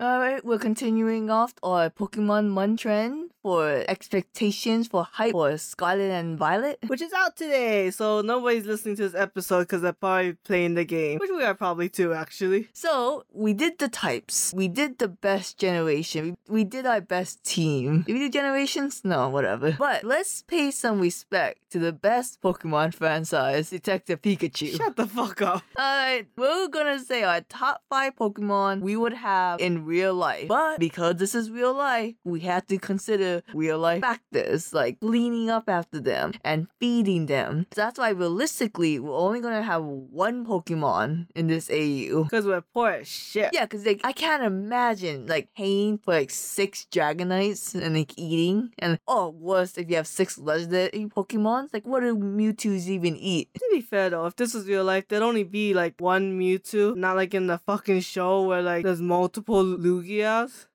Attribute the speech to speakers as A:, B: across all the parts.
A: All right, we're continuing off our Pokemon One trend for expectations for hype for Scarlet and Violet.
B: which is out today. So nobody's listening to this episode because they're probably playing the game, which we are probably too, actually.
A: So we did the types. We did the best generation. We, we did our best team. Did we do generations? No, whatever. But let's pay some respect to the best Pokemon franchise, Detective Pikachu.
B: Shut the fuck up.
A: Alright, we're gonna say our top five Pokemon we would have in real life. But because this is real life, we have to consider real life factors like cleaning up after them and feeding them. So that's why realistically, we're only gonna have one Pokemon in this AU.
B: Because we're poor as shit.
A: Yeah, because like I can't imagine like paying for like six Dragonites and like eating and oh worse if you have six legendary Pokemons. Like what do Mewtwo's even eat?
B: To be fair though, if this was real life, there'd only be like one Mewtwo, not like in the fucking show where like there's multiple Lugias.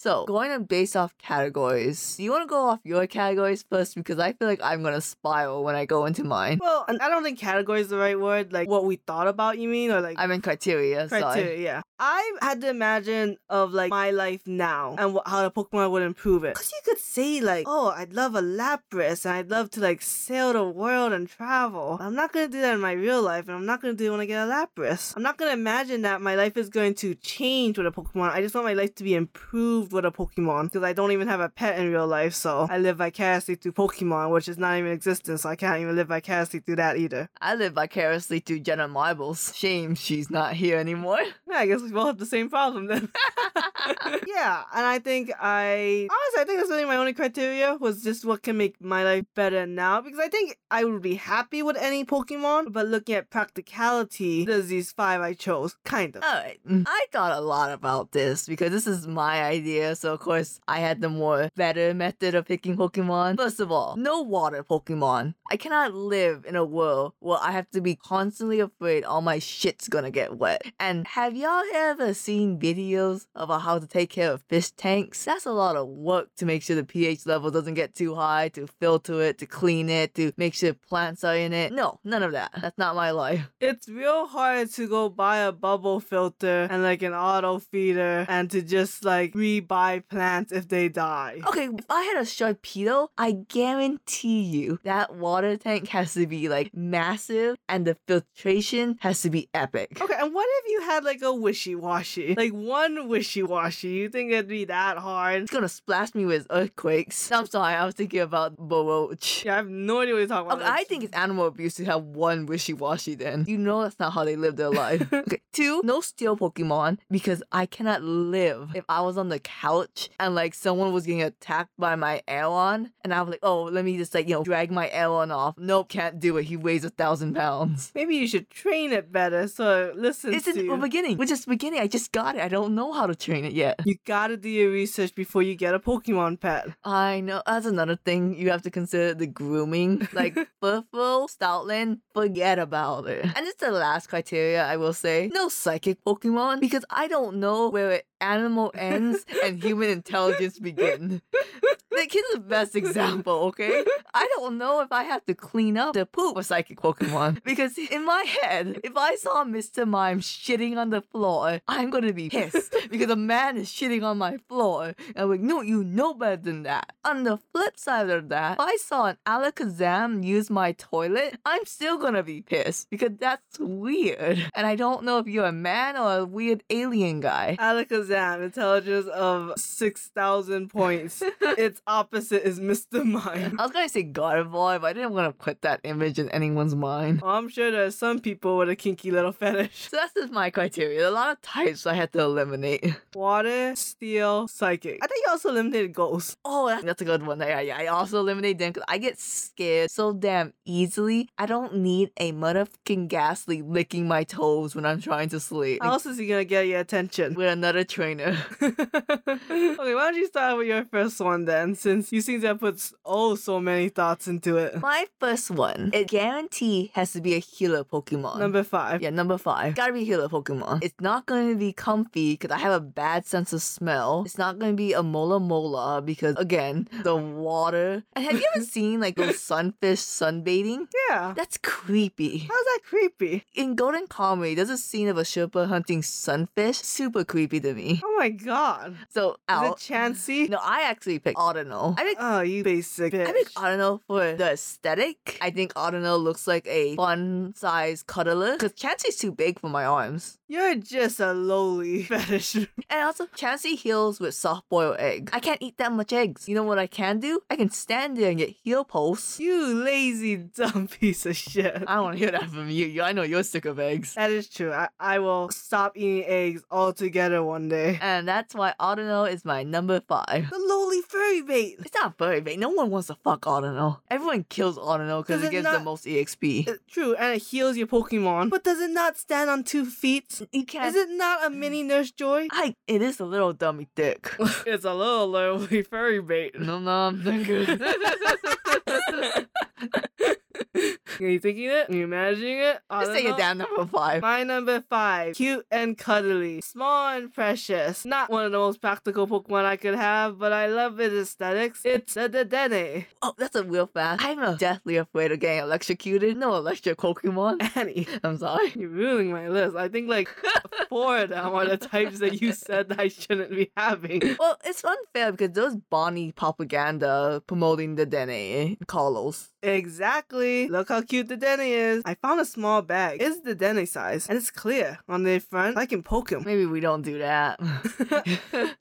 A: So, going on based off categories, you want to go off your categories first because I feel like I'm going to spiral when I go into mine.
B: Well, and I don't think category is the right word. Like what we thought about, you mean, or like
A: I'm in criteria,
B: criteria?
A: sorry.
B: Yeah, I had to imagine of like my life now and wh- how the Pokemon would improve it. Cause you could say like, oh, I'd love a Lapras and I'd love to like sail the world and travel. I'm not gonna do that in my real life, and I'm not gonna do it when I get a Lapras. I'm not gonna imagine that my life is going to change with a Pokemon. I just want my life to be improved with a Pokemon because I don't even have a pet in real life, so I live vicariously through Pokemon, which is not even existent, so I can't even live vicariously through that either.
A: I live vicariously through Jenna Marbles. Shame she's not here anymore.
B: Yeah, I guess we all have the same problem then. yeah, and I think I honestly I think that's really my only criteria was just what can make my life better now because I think I would be happy with any Pokemon, but looking at practicality, there's these five I chose, kind of.
A: All right. Uh, I thought a lot about this because this is my idea. So, of course, I had the more better method of picking Pokemon. First of all, no water Pokemon. I cannot live in a world where I have to be constantly afraid all my shit's gonna get wet. And have y'all ever seen videos about how to take care of fish tanks? That's a lot of work to make sure the pH level doesn't get too high, to filter it, to clean it, to make sure plants are in it. No, none of that. That's not my life.
B: It's real hard to go buy a bubble filter and like an auto feeder and to just like re-buy plants if they die.
A: Okay, if I had a Sharpedo, I guarantee you that water tank has to be like massive and the filtration has to be epic.
B: Okay, and what if you had like a wishy washy? Like one wishy washy? You think it'd be that hard?
A: It's gonna splash me with earthquakes. I'm sorry, I was thinking about Baroach.
B: Yeah, I have no idea what you're talking about.
A: Okay, I think it's animal abuse to have one wishy washy then. You know that's not how they live their life. okay, two, no steel Pokemon because I cannot live if I was on the couch and like someone was getting attacked by my Aeon and I was like, oh, let me just like, you know, drag my Aeon off. Nope, can't do it. He weighs a thousand pounds.
B: Maybe you should train it better. So listen
A: It's
B: to
A: in the
B: you.
A: beginning. We're just beginning. I just got it. I don't know how to train it yet.
B: You gotta do your research before you get a Pokemon pet.
A: I know. That's another thing you have to consider the grooming. Like, Furful, Stoutland, forget about it. And it's the last criteria I will say no psychic Pokemon because I don't know where it animal ends and human intelligence begin. The kid's the best example, okay? I don't know if I have to clean up the poop of psychic Pokemon because in my head, if I saw Mr. Mime shitting on the floor, I'm gonna be pissed because a man is shitting on my floor. And I'm like, no, you know better than that. On the flip side of that, if I saw an Alakazam use my toilet, I'm still gonna be pissed because that's weird. And I don't know if you're a man or a weird alien guy.
B: Alakazam, intelligence of 6,000 points. its opposite is Mr. Mime.
A: I was gonna say Gardevoir, but I didn't want to put that image in anyone's mind.
B: Well, Oh, I'm sure there are some people with a kinky little fetish.
A: So that's just my criteria. A lot of types I had to eliminate.
B: Water, steel, psychic. I think you also eliminated ghosts.
A: Oh, that- that's a good one. Yeah, yeah. I also eliminate them because I get scared so damn easily. I don't need a motherfucking ghastly licking my toes when I'm trying to sleep.
B: How else is he gonna get your attention?
A: with another trainer.
B: okay, why don't you start with your first one then? nonsense. You think that puts oh so many thoughts into it.
A: My first one, it guarantee has to be a healer Pokemon.
B: Number five.
A: yeah, number five. Gotta be healer Pokemon. It's not gonna be comfy because I have a bad sense of smell. It's not gonna be a mola mola because again, the water. And have you ever seen like those sunfish sunbathing?
B: Yeah.
A: That's creepy.
B: How's that creepy?
A: In Golden Comedy, there's a scene of a Sherpa hunting sunfish. Super creepy to me.
B: Oh my god.
A: So
B: Is it
A: out.
B: Chansey?
A: No, I actually picked Audino. I picked
B: Oh, you basic bitch.
A: I uh, think Audino for the aesthetic. I think Audino looks like a fun size cuddler because Chansey's too big for my arms.
B: You're just a lowly fetish.
A: And also, Chansey heals with soft boiled egg. I can't eat that much eggs. You know what I can do? I can stand there and get heel pulse.
B: You lazy dumb piece of shit.
A: I don't want to hear that from you. You- I know you're sick of eggs.
B: That is true. I, I will stop eating eggs altogether one day.
A: And that's why Audino is my number five.
B: The lowly furry bait.
A: It's not furry, but no one wants to fuck Audino. Everyone kills Audino because
B: 'Cause
A: it
B: it's
A: gives the
B: not-
A: most E EXP.
B: It's true, and it heals your Pokemon. But does it not stand on two feet?
A: you can't.
B: Is it not a mini Nurse Joy?
A: I, it is a little dummy dick.
B: it's a little lowly furry bait.
A: No, no, thank you.
B: Are you thinking it? Are you imagining it? I
A: Just
B: don't
A: say
B: know.
A: it down number five.
B: My number five, cute and cuddly, small and precious. Not one of the most practical Pokemon I could have, but I love its aesthetics. It's a Dedenne.
A: Oh, that's a real fast. I'm uh, deathly afraid of getting electrocuted. No electric Pokemon.
B: Annie,
A: I'm sorry.
B: you're ruining my list. I think like four of them are the types that you said I shouldn't be having.
A: Well, it's unfair because those Bonnie propaganda promoting the Dene Carlos.
B: Exactly. Look how cute the Dedenne is. I found a small bag. It's the Dedenne size, and it's clear on the front. I can poke him.
A: Maybe we don't do that.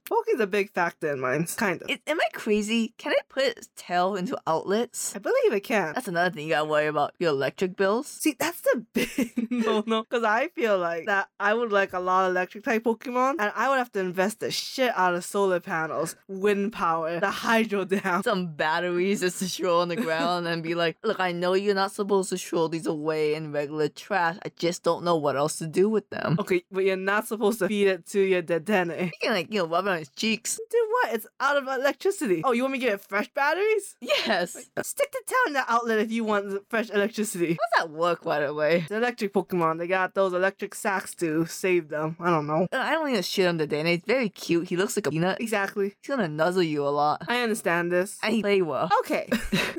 B: Poking's a big factor in mine, kind of.
A: it, am I crazy? Can I put its tail into outlets?
B: I believe it can.
A: That's another thing you gotta worry about your electric bills.
B: See, that's the big no no. Because I feel like that I would like a lot of electric type Pokemon, and I would have to invest the shit out of solar panels, wind power, the hydro dam.
A: Some batteries just to throw on the ground and be like, look, I know you're not supposed to throw these away in regular trash. I just don't know what else to do with them.
B: Okay, but you're not supposed to feed it to your Dedenne.
A: You can, like, you know, rub it on his cheeks.
B: Do what? It's out of electricity. Oh, you want me to get fresh batteries?
A: Yes. How
B: Stick to town that outlet if you want the fresh electricity.
A: does that work, by the way?
B: The electric Pokemon, they got those electric sacks to save them. I don't know.
A: Uh, I don't need to shit on the Dene. It's very cute. He looks like a peanut. He's
B: Exactly.
A: gonna nuzzle you a lot.
B: I understand this.
A: And he play well.
B: Okay.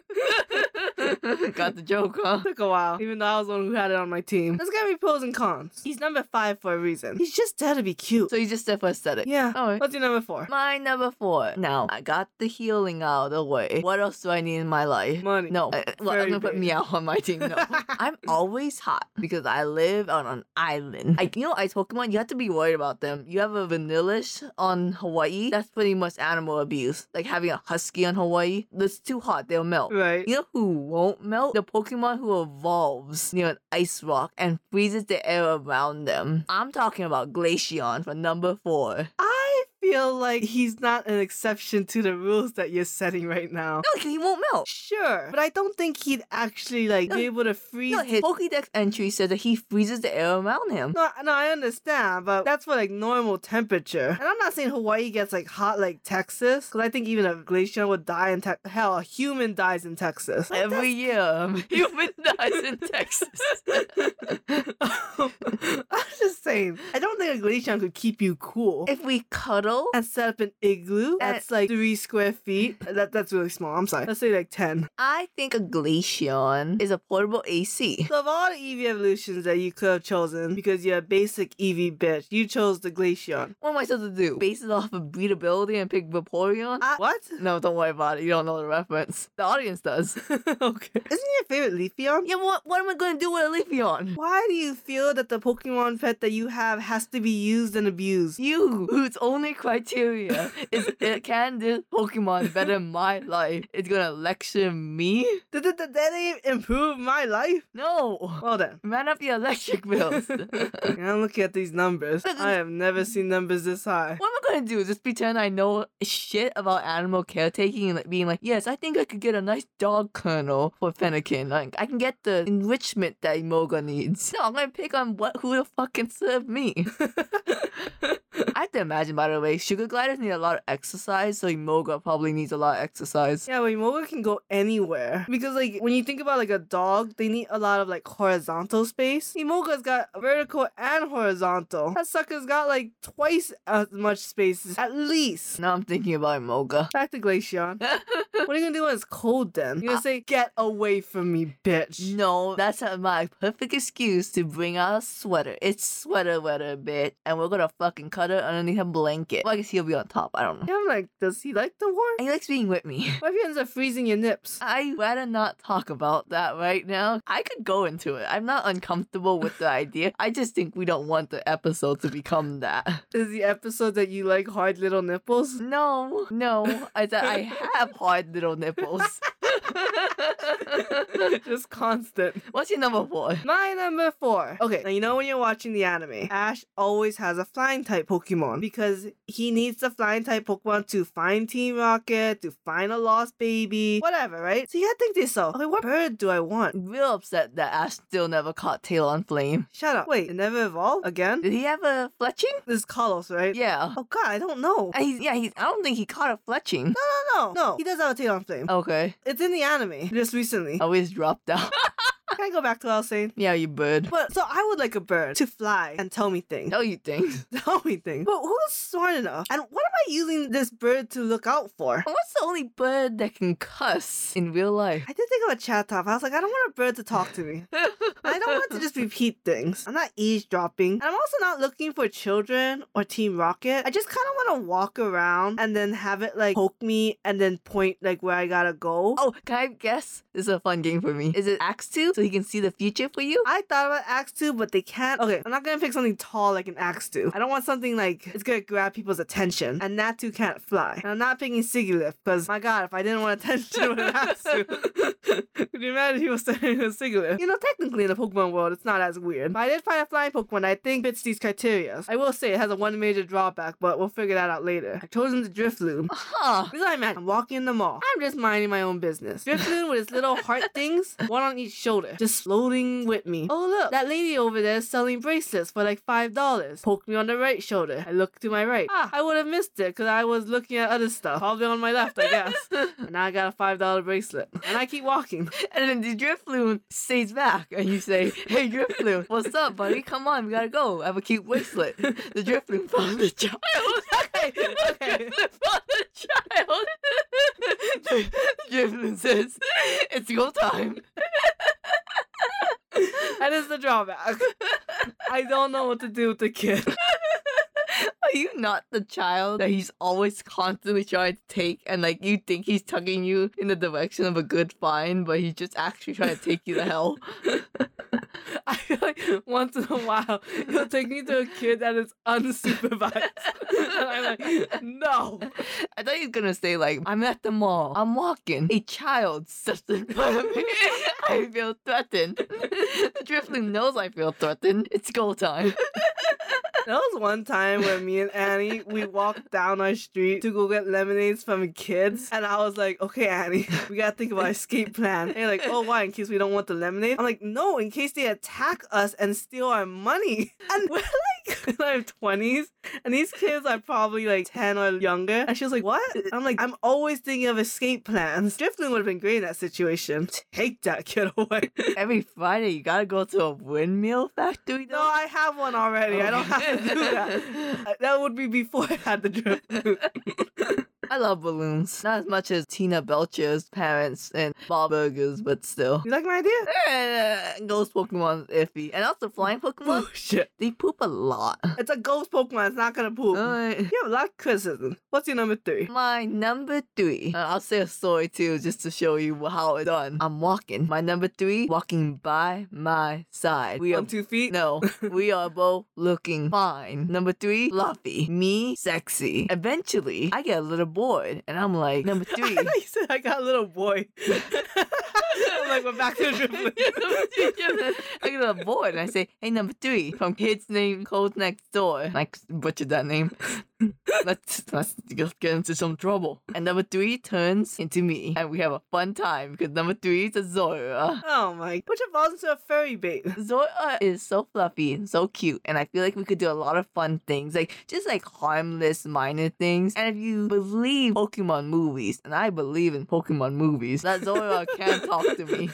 A: Got the joke, huh?
B: Took a while, even though I was the one who had it on my team. There's gotta be pros and cons. He's number five for a reason. He's just there to be cute.
A: So oh, you just said for aesthetic.
B: yeah.
A: Alright.
B: What's your number four?
A: My number four. Now, I got the healing out of the way. What else do I need in my life?
B: Money.
A: No. Uh, well, I'm
B: Very
A: gonna put
B: big.
A: meow on my team. No. I'm always hot because I live on an island. I, you know, ice Pokemon, you have to be worried about them. You have a vanillish on Hawaii. That's pretty much animal abuse. Like having a husky on Hawaii. That's too hot. They'll melt.
B: Right.
A: You know who won't melt? The Pokemon who evolves near an ice rock and freezes the air around them. I'm talking about Glaceon for number four.
B: I feel like he's not an exception to the rules that you're setting right now.
A: No, he won't melt.
B: Sure. But I don't think he'd actually like
A: No,
B: be able to freeze
A: No, his Pokédex entry says that he freezes the air around him.
B: No, no, I understand, but that's for like normal temperature. And I'm not saying Hawaii gets like hot like Texas, because I think even a glacier would die in Texas. Hell, a human dies in Texas. Like,
A: Every year, um, human dies in Texas.
B: I'm just saying. I don't think a glacier could keep you cool.
A: if we cuddle,
B: and set up an igloo that's like three square feet. uh, That that's really small. I'm sorry. Let's say like ten.
A: I think a Glaceon is a portable AC.
B: So of all the Eevee evolutions that you could have chosen, because you're a basic Eevee bitch, you chose the Glaceon.
A: What am I supposed to do? Base it off of breedability and pick Vaporeon?
B: I- what?
A: no, don't worry about it. You don't know the reference. The audience does.
B: okay. Isn't your favorite Leafeon?
A: Yeah, what, what am I gonna do with a Leafeon?
B: Why do you feel that the Pokemon pet that you have has to be used and abused?
A: You, whose only criteria is it can this Pokemon better my life, is gonna lecture me?
B: Did, did, did that even improve my life?
A: No!
B: Well then.
A: Man up your electric bills. what am
B: I'm looking at these numbers. I have never seen numbers this high.
A: I gonna do? Just pretend I know shit about animal caretaking and like, being like, yes, I think I could get a nice dog kennel for Fennekin. Like, I can get the enrichment that Imoga needs. No, I'm gonna pick on what who the fuck can serve me. I have to imagine, by the way, sugar gliders need a lot of exercise, so Imoga probably needs a lot of exercise.
B: Yeah, but Imoga can go anywhere. Because like when you think about like a dog, they need a lot of like horizontal space. Imoga's got vertical and horizontal. That sucker's got like twice as much space at least.
A: Now I'm thinking about Imoga.
B: Back to Glaceon. what are you gonna do when it's cold then? You're gonna say, get away from me, bitch.
A: No, that's a- my perfect excuse to bring out a sweater. It's sweater weather, bitch. And we're gonna fucking cuddle underneath a blanket. Well, I guess he'll be on top. I don't know.
B: Yeah, I'm like, does he like the
A: And
B: war?
A: He likes being with me.
B: What if he ends up freezing your nips?
A: I rather not talk about that right now. I could go into it. I'm not uncomfortable with the idea. I just think we don't want the episode to become that.
B: Is the episode that you like hard little nipples?
A: No, no. I said I have hard little nipples.
B: Just constant.
A: What's your number four?
B: My number four. Okay, now you know when you're watching the anime, Ash always has a flying type Pokemon because he needs the flying type Pokemon to find Team Rocket, to find a lost baby, whatever, right? So you gotta think to yourself, okay, what bird do I want?
A: Real upset that Ash still never caught Tail on Flame.
B: Shut up. Wait, it never evolved again?
A: Did he have a fletching?
B: This is Kalos, right?
A: Yeah.
B: Oh god, I don't know.
A: And he's, yeah, he's, I don't think he caught a fletching.
B: No, no, no. No, he does have a tail on flame.
A: Okay.
B: It's in the anime just recently.
A: I always dropped out.
B: Can I go back to what I was saying?
A: yeah, you bird.
B: But so I would like a bird to fly and tell me things.
A: No, you things.
B: Tell me things. But who's smart enough? And what am I using this bird to look out for?
A: What's the only bird that can cuss in real life?
B: I did think of a chat top. I was like, I don't want a bird to talk to me. I don't want to just repeat things. I'm not eavesdropping. And I'm also not looking for children or Team Rocket. I just kind of want to walk around and then have it like poke me and then point like where I gotta go.
A: Oh, can I guess? This is a fun game for me. Is it Axe 2? So he can see the future for you?
B: I thought about axe too, but they can't. Okay, I'm not gonna pick something tall like an axe do. I don't want something like it's gonna grab people's attention, and that too can't fly. And I'm not picking Sigilift because my God, if I didn't want attention with an axe do, could you imagine he was studying a Sigilift? You know, technically in the Pokemon world, it's not as weird. But I did find a flying Pokemon that I think fits these criteria. I will say it has a one major drawback, but we'll figure that out later. I chose him to Drifloon.
A: Huh.
B: This is what I meant. I'm walking in the mall. I'm just minding my own business. Drifting with his little heart things, one on each shoulder, just floating with me. Oh look, that lady over there is selling bracelets for like five dollars. Poke me on the right shoulder. I look to my right. Ah, I would have missed it because I was looking at other stuff. Probably on my left, I guess. and now I got a five dollar bracelet, and I keep walking.
A: And then the Drifloon stays back, and you say, "Hey, Drifloon, what's up, buddy? Come on, we gotta go. I have a cute bracelet." The Drifloon found the child.
B: Okay, okay.
A: The Drifloon found the child. The Drifloon says, "It's go time."
B: That is the drawback. I don't know what to do with the kid.
A: Are you not the child that he's always constantly trying to take, and like you think he's tugging you in the direction of a good find, but he's just actually trying to take you to hell?
B: I feel like once in a while he'll take me to a kid that is unsupervised. and I'm like, no.
A: I thought he was gonna say like, "I'm at the mall. I'm walking. A child steps in front of me. I feel threatened." the Drifloon knows I feel threatened. It's go time.
B: That was one time when me and Annie we walked down our street to go get lemonades from kids, and I was like, okay, Annie, we gotta think about our escape plan. And you're like, oh, why? In case we don't want the lemonade? I'm like, no, in case they attack us and steal our money. And we're like in our twenties, and these kids are probably like ten or younger. And she was like, what? I'm like, I'm always thinking of escape plans. Drifting would have been great in that situation. Take that kid away.
A: Every Friday, you gotta go to a windmill factory.
B: No,
A: Though?
B: I have one already. I don't have to do that. I- Uh, That would be before I had the drip.
A: I love balloons. Not as much as Tina Belcher's parents and Bob Burgers, but still.
B: You like my idea?
A: Eh, Ghost Pokemon's iffy, and also flying Pokemon.
B: Bullshit.
A: They poop a lot.
B: It's a ghost Pokemon. It's not gonna poop.
A: Alright.
B: you have a lot of criticism. What's your number three?
A: My number three. Uh, I'll say a story too, just to show you how it's done. I'm walking. My number three, walking by my side. We are
B: On two feet?
A: no, we are both looking fine. Number three, fluffy. Me, sexy. Eventually, I get a little bored, and I'm like, number
B: I
A: three.
B: thought you said I got a little boy. I'm like, we're back to the drip.
A: I get a bored, and I say, hey, number three, from kid's name, cold next door. Like, butchered that name. Let's, let's just get into some trouble. And number three turns into me, and we have a fun time because number three is a Zora.
B: Oh my. Which evolves into a furry bait.
A: Zora is so fluffy and so cute, and I feel like we could do a lot of fun things, like just like harmless minor things. And if you believe Pokemon movies, and I believe in Pokemon movies, that Zora can talk to me.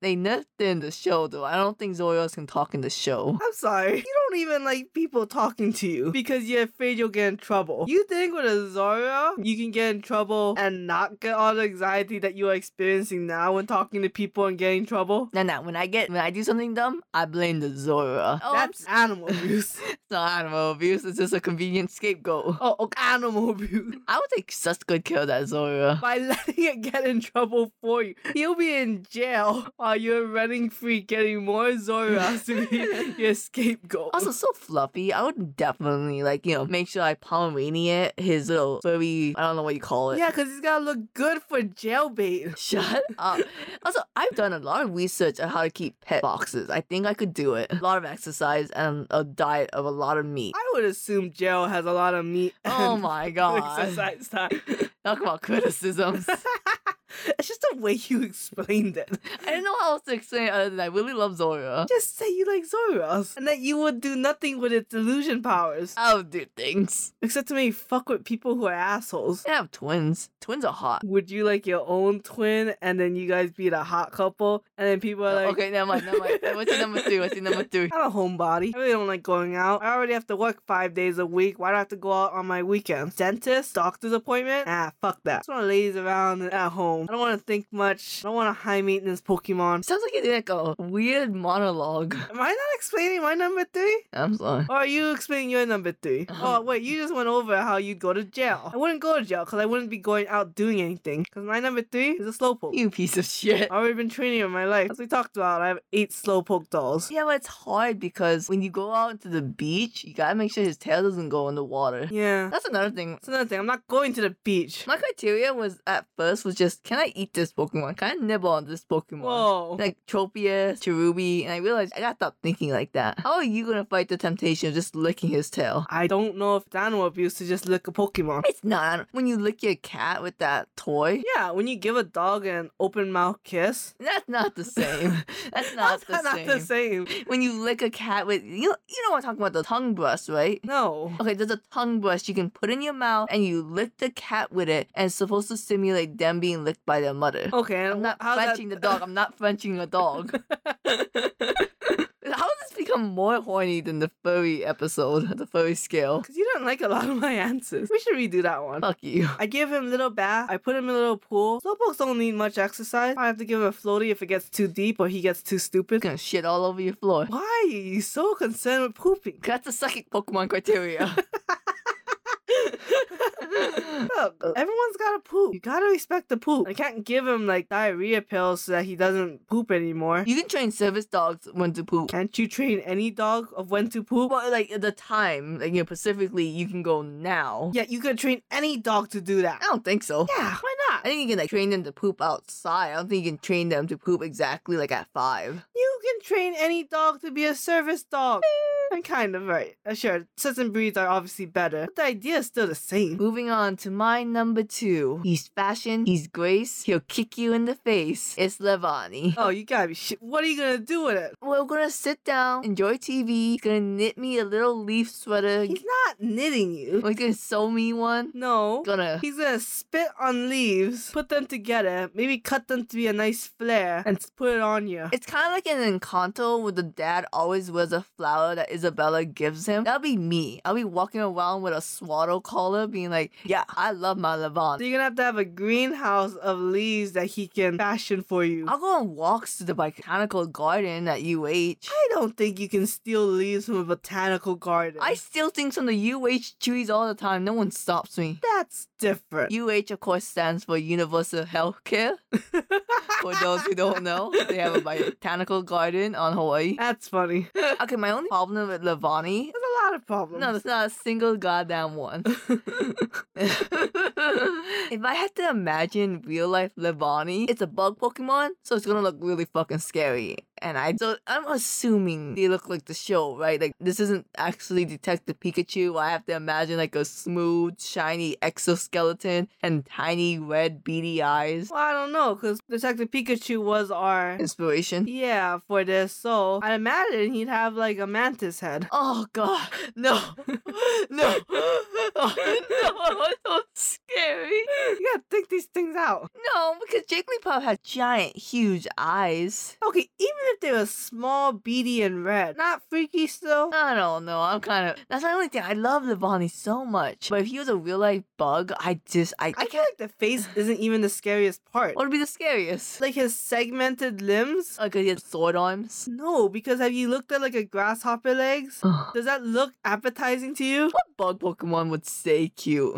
A: They nerfed it in the show though. I don't think Zoras can talk in the show.
B: I'm sorry. You don't even like people talking to you because you're afraid you'll get in trouble. You think with a Zora, you can get in trouble and not get all the anxiety that you are experiencing now when talking to people and getting in trouble?
A: No, no. When I get when I do something dumb, I blame the Zora. Oh, I'm
B: That's animal abuse.
A: It's not animal abuse. It's just a convenient scapegoat.
B: oh, oh, animal abuse.
A: I would take such good care of that Zora.
B: By letting it get in trouble for you, you'll be in jail while you're running free, getting more Zoras to be your scapegoat.
A: Also, so fluffy. I would definitely like you know make sure I Pomeranian his little furry. I don't know what you call it.
B: yeah, because he's gotta look good for jailbait.
A: Shut up. Also, I've done a lot of research on how to keep pet boxes. I think I could do it. A lot of exercise and a diet of a lot of meat.
B: I would assume jail has a lot of meat.
A: Oh
B: and
A: my god.
B: Exercise time.
A: Talk about criticisms.
B: it's just the way you explained it.
A: I didn't know how else to explain it other than I really love Zora.
B: Just say you like Zoras and that you would do nothing with its illusion powers
A: I'll do things.
B: except to maybe fuck with people who are assholes.
A: I have twins. Twins are hot.
B: Would you like your own twin and then you guys be the hot couple and then people are like,
A: Uh, okay, never mind, never mind. What's your number three? What's your number three?
B: I'm a homebody. I really don't like going out. I already have to work five days a week. Why do I have to go out on my weekends? Dentist, doctor's appointment? Ah, fuck that. I just want to laze around at home. I don't want to think much. I don't want a high maintenance Pokemon.
A: Sounds like you did like a weird monologue.
B: Am I not explaining my number three?
A: I'm sorry.
B: Or are you explaining your number three?
A: Uh-huh.
B: Oh, wait, you just went over how you'd go to jail. I wouldn't go to jail because I wouldn't be going out doing anything. Because my number three is a slowpoke.
A: You piece of shit.
B: I've already been training in my life. As we talked about, I have eight slowpoke dolls.
A: Yeah, but it's hard because when you go out to the beach, you gotta make sure his tail doesn't go in the water.
B: Yeah.
A: That's another thing.
B: That's another thing. I'm not going to the beach.
A: My criteria was at first was just can I eat this Pokemon? Can I nibble on this Pokemon?
B: Whoa.
A: Like Tropius, Cherubi, and I realized I gotta stop thinking like that. How are you gonna fight the temptation of just licking his tail?
B: I don't know if it's animal abuse to just lick a Pokemon.
A: It's not when you lick your cat with that toy.
B: Yeah, when you give a dog an open mouth kiss,
A: That's not the same. That's not, the,
B: that's not
A: same.
B: the same.
A: When you lick a cat with you, know- you know what I'm talking about the tongue brush, right?
B: No.
A: Okay, there's a tongue brush you can put in your mouth and you lick the cat with it, and it's supposed to simulate them being licked by their mother.
B: Okay,
A: I'm not
B: Oh, how's
A: Frenching the dog. I'm not Frenching a dog. How does this become more horny than the furry episode, the furry scale?
B: Because you don't like a lot of my answers. We should redo that one.
A: Fuck you.
B: I give him little bath. I put him in a little pool. Slowpokes don't need much exercise. I have to give him a floaty if it gets too deep or he gets too stupid.
A: gonna shit all over your floor.
B: Why are you so concerned with pooping?
A: That's the second Pokemon criteria.
B: Look, everyone's gotta poop. You gotta respect the poop. Uh, I can't give him like diarrhea pills so that he doesn't poop anymore.
A: you can train service dogs when to poop.
B: Can't you train any dog of when to poop?
A: But like the time, like you know, specifically, you can go now.
B: Yeah, you could train any dog to do that.
A: I don't think so.
B: Yeah, why
A: I
B: not?
A: think you can like train them to poop outside. I don't think you can train them to poop exactly like at five.
B: You can train any dog to be a service dog. I'm kind of right. Uh, Sure, certain breeds are obviously better, but the idea is still the same.
A: Moving on to my number two. He's fashion. He's grace. He'll kick you in the face. It's Levani.
B: Oh, you gotta be shit. What are you gonna do with it?
A: We're gonna sit down, enjoy TV. He's gonna knit me a little leaf sweater.
B: He's not knitting you.
A: He's gonna sew me one.
B: No.
A: Gonna
B: He's gonna spit on leaves, put them together, maybe cut them to be a nice flare, and s- put it on you.
A: It's kind of like an Encanto where the dad always wears a flower that Isabella gives him. That'll be me. I'll be walking around with a swaddle collar being like, yeah, I love my
B: So
A: Levant.
B: you're gonna have to have a greenhouse of leaves that he can fashion for you.
A: I'll go on walks to the botanical garden at UH.
B: I don't think you can steal leaves from a botanical garden.
A: I steal things from the UH trees all the time. No one stops me.
B: That's different.
A: UH, of course, stands for Universal Healthcare. For those who don't know, they have a botanical garden on Hawaii.
B: That's funny. There's
A: Okay, my only problem with Levani.
B: a lot of problems.
A: No, there's not a single goddamn one. if I had to imagine real life Levani, it's a bug Pokemon, so it's gonna look really fucking scary. and I so I'm assuming they look like the show, right? Like this isn't actually Detective Pikachu. I have to imagine like a smooth, shiny exoskeleton and tiny red beady eyes.
B: Well, I don't know, because Detective Pikachu was our
A: Inspiration.
B: yeah for this, so I imagine he'd have like a mantis head.
A: Oh god, no, no, oh, no, it's so scary.
B: You gotta think these things out.
A: No, because Jigglypuff has giant, huge eyes.
B: Okay, even if they were small, beady, and red, not freaky still.
A: I don't know. I'm kind of. That's the only thing. I love Levani so much, but if he was a real life bug, I just I
B: I feel like the face isn't even the scariest part.
A: What would be the scariest?
B: Like his segmented limbs?
A: Like, he had sword arms.
B: No, because have you looked at like a grasshopper legs?
A: Ugh.
B: Does that look appetizing to you?
A: what bug Pokemon would stay cute?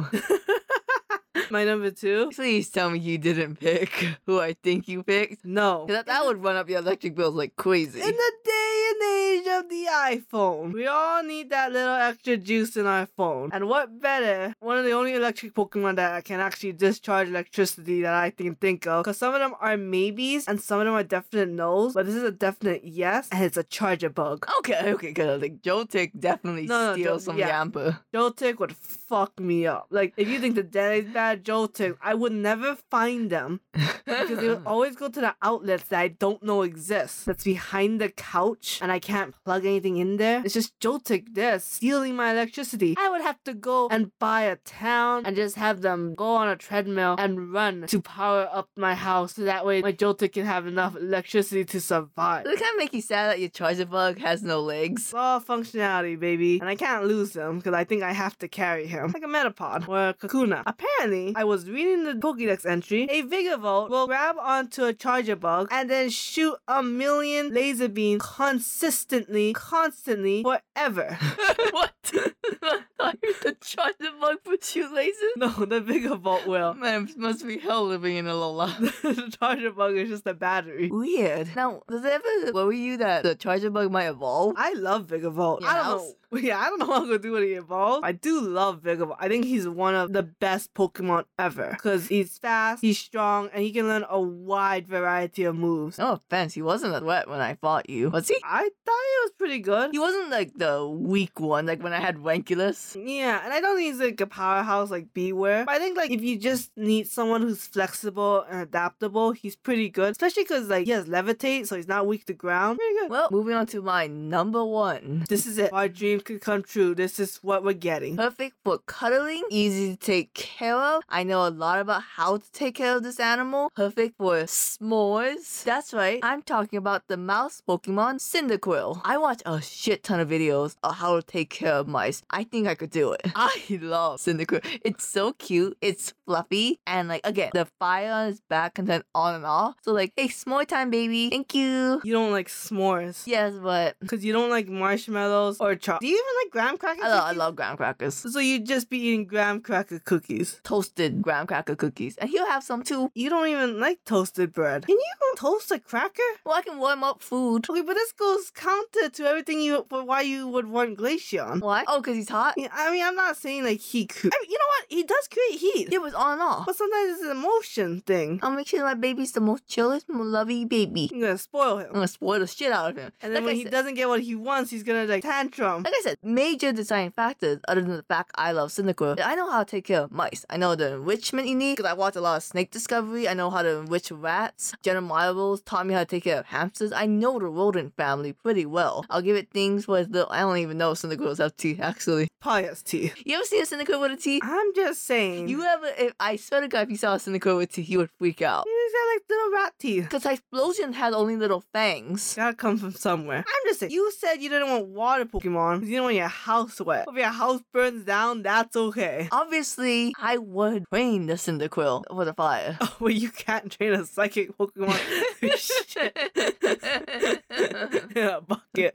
B: My number two?
A: Please tell me you didn't pick who I think you picked. 'Cause
B: No.
A: That, that would run up your electric bills like crazy.
B: In the day and age of the iPhone, we all need that little extra juice in our phone. And what better? One of the only electric Pokemon that can actually discharge electricity that I can think of. Because some of them are maybes and some of them are definite no's, but this is a definite yes, and it's a charger bug.
A: Okay, okay, good. Like Joltik definitely
B: No, no,
A: steals
B: Jol-
A: some
B: yeah.
A: Yamper. Joltik
B: Joltik would fuck me up. Like, if you think the Dead is bad, Joltik, I would never find them because they would always go to the outlets that I don't know exist. That's behind the couch, and I can't plug anything in there. It's just Joltik there stealing my electricity. I would have to go and buy a town and just have them go on a treadmill and run to power up my house so that way my Joltik can have enough electricity to survive.
A: Does it kind of make you sad that your Charizard bug has no legs?
B: It's all functionality, baby. And I can't lose him because I think I have to carry him. Like a Metapod or a Kakuna. Apparently, I was reading the Pokédex entry. A Vigavolt will grab onto a Charger Bug and then shoot a million laser beams consistently, constantly, forever.
A: what? I thought the Charizard bug with shoelaces?
B: no, the Vigavolt will.
A: Oh, Man, it must be hell living in a Alola.
B: the Charger Bug is just a battery.
A: Weird. Now, does it ever worry you that the Charizard bug might evolve?
B: I love Vigavolt.
A: Your
B: I don't
A: house?
B: know. Yeah, I don't know what I'm gonna do when he evolves. I do love Vigavolt. I think he's one of the best Pokemon ever because he's fast, he's strong, and he can learn a wide variety of moves.
A: No offense, he wasn't a threat when I fought you. Was he?
B: I thought he was pretty good.
A: He wasn't like the weak one, like when I had Ranculus.
B: Yeah, and I don't think he's like a powerhouse like Beware. But I think like if you just need someone who's flexible and adaptable, he's pretty good. Especially because like he has levitate, so he's not weak to ground. Pretty good.
A: Well, moving on to my number one.
B: This is it. Our dream could come true. This is what we're getting.
A: Perfect for cuddling, easy to take care of. I know a lot about how to take care of this animal. Perfect for s'mores. That's right, I'm talking about the mouse Pokemon Cyndaquil. I watch a shit ton of videos of how to take care of mice. I think I could do it. I love Cyndaquil. It's so cute, it's fluffy, and like, again, the fire on its back can turn on and off. So, like, hey, s'more time, baby. Thank you.
B: You don't like s'mores.
A: Yes, but
B: Because you don't like marshmallows or chocolate. Do you even like graham cracker
A: I
B: cookies?
A: love, I love graham crackers.
B: So you'd just be eating graham cracker cookies.
A: Toasted graham cracker cookies, and he'll have some too.
B: You don't even like toasted bread. Can you toast a cracker?
A: Well, I can warm up food.
B: Okay, but this goes counter to everything you for why you would want Glaceon.
A: Why? Oh, because he's hot?
B: Yeah, I mean, I'm not saying like he could. I mean, you know what? He does create heat.
A: It was on and off.
B: But sometimes it's an emotion thing.
A: I'll make sure my baby's the most chillest, most lovey baby.
B: You're gonna spoil
A: I'm
B: him.
A: gonna spoil the shit out of him.
B: And then
A: like
B: when
A: I
B: he
A: said-
B: doesn't get what he wants, he's gonna like tantrum.
A: Like I said, major deciding factors other than the fact I love Cyndaquil. I know how to take care of mice. I know the enrichment you need because I watched a lot of snake discovery. I know how to enrich rats. Jenna Marbles taught me how to take care of hamsters. I know the rodent family pretty well. I'll give it things where the, I don't even know if Cyndaquils have teeth, actually.
B: Pious tea.
A: You ever seen a Cyndaquil with a teeth?
B: I'm just saying.
A: You ever, if, I swear to God, if you saw a Cyndaquil with teeth, you would freak out.
B: He's got like little rat teeth.
A: Because Typhlosion had only little fangs.
B: Gotta come from somewhere. I'm just saying, you said you didn't want water Pokemon 'cause you didn't want your house wet. If your house burns down, that's okay.
A: Obviously, I would train the Cyndaquil for the fire.
B: Oh, well, you can't train a psychic Pokemon to shit in a bucket.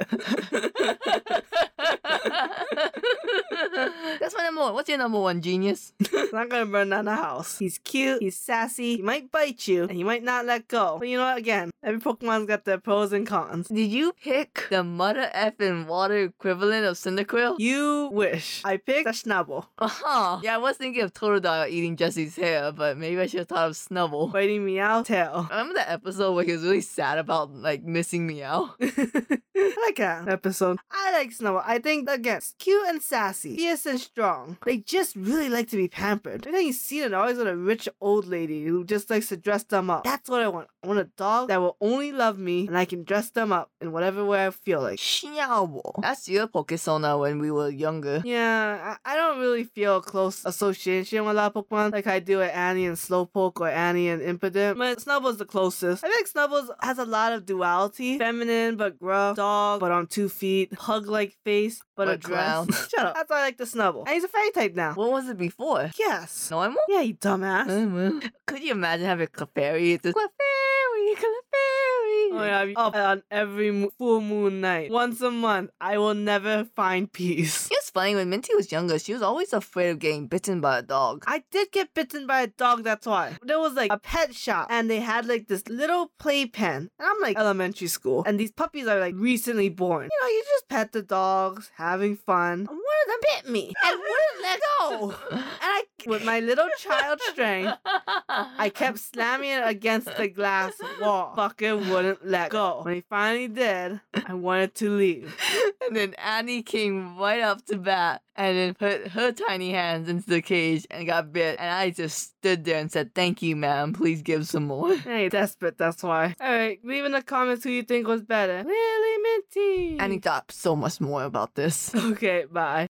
A: That's my number one. What's your number one, genius.
B: He's not gonna burn down the house. He's cute, he's sassy, he might bite you, and he might not let go. But you know what? Again, every Pokemon's got their pros and cons.
A: Did you pick the mother effing water equivalent of Cyndaquil?
B: You wish. I picked a Schnabel.
A: Uh-huh. Yeah, I was thinking of Totodile eating Jesse's hair, but maybe I should have thought of Snubble.
B: Biting me out, tail.
A: Remember that episode where he was really sad about like missing Meow?
B: I like that episode. I like Snubble. I think, again, it's cute and sassy, fierce and strong. They just really like to be pampered. I think you see it always with a rich old lady who just likes to dress them up. That's what I want. I want a dog that will only love me and I can dress them up in whatever way I feel like.
A: Xiaobo. That's your Pokesona when we were younger.
B: Yeah, I, I don't really feel a close association with a lot of Pokemon like I do with Annie and Slowpoke or Annie and Impidimp. But Snubble's the closest. I think Snubble's has a lot of duality. Feminine but gruff, dog but on two feet, pug-like face but, a
A: But
B: dress.
A: clown.
B: Shut up. That's why I like the Snubble. And he's a fairy type now.
A: What was it before?
B: Yes.
A: Normal?
B: Yeah, you dumbass.
A: Mm, mm. Could you imagine having Clefairy? It's just Clefairy, Clefairy.
B: Oh yeah, I'm up on every mo- full moon night. Once a month, I will never find peace.
A: It was funny when Minty was younger, she was always afraid of getting bitten by a dog.
B: I did get bitten by a dog, that's why. There was like a pet shop and they had like this little playpen. And I'm like elementary school. And these puppies are like recently born. You know, you just pet the dogs, having fun. And one of them bit me and wouldn't let go. And I, with my little child strength, I kept slamming it against the glass wall. Fucking wouldn't let go. When he finally did, I wanted to leave.
A: And then Annie came right up to bat and then put her tiny hands into the cage and got bit. And I just stood there and said, Thank you, ma'am. Please give some more.
B: Hey, desperate, that's why. Alright, leave in the comments who you think was better. Lily Minty.
A: Annie thought so much more about this.
B: Okay, bye.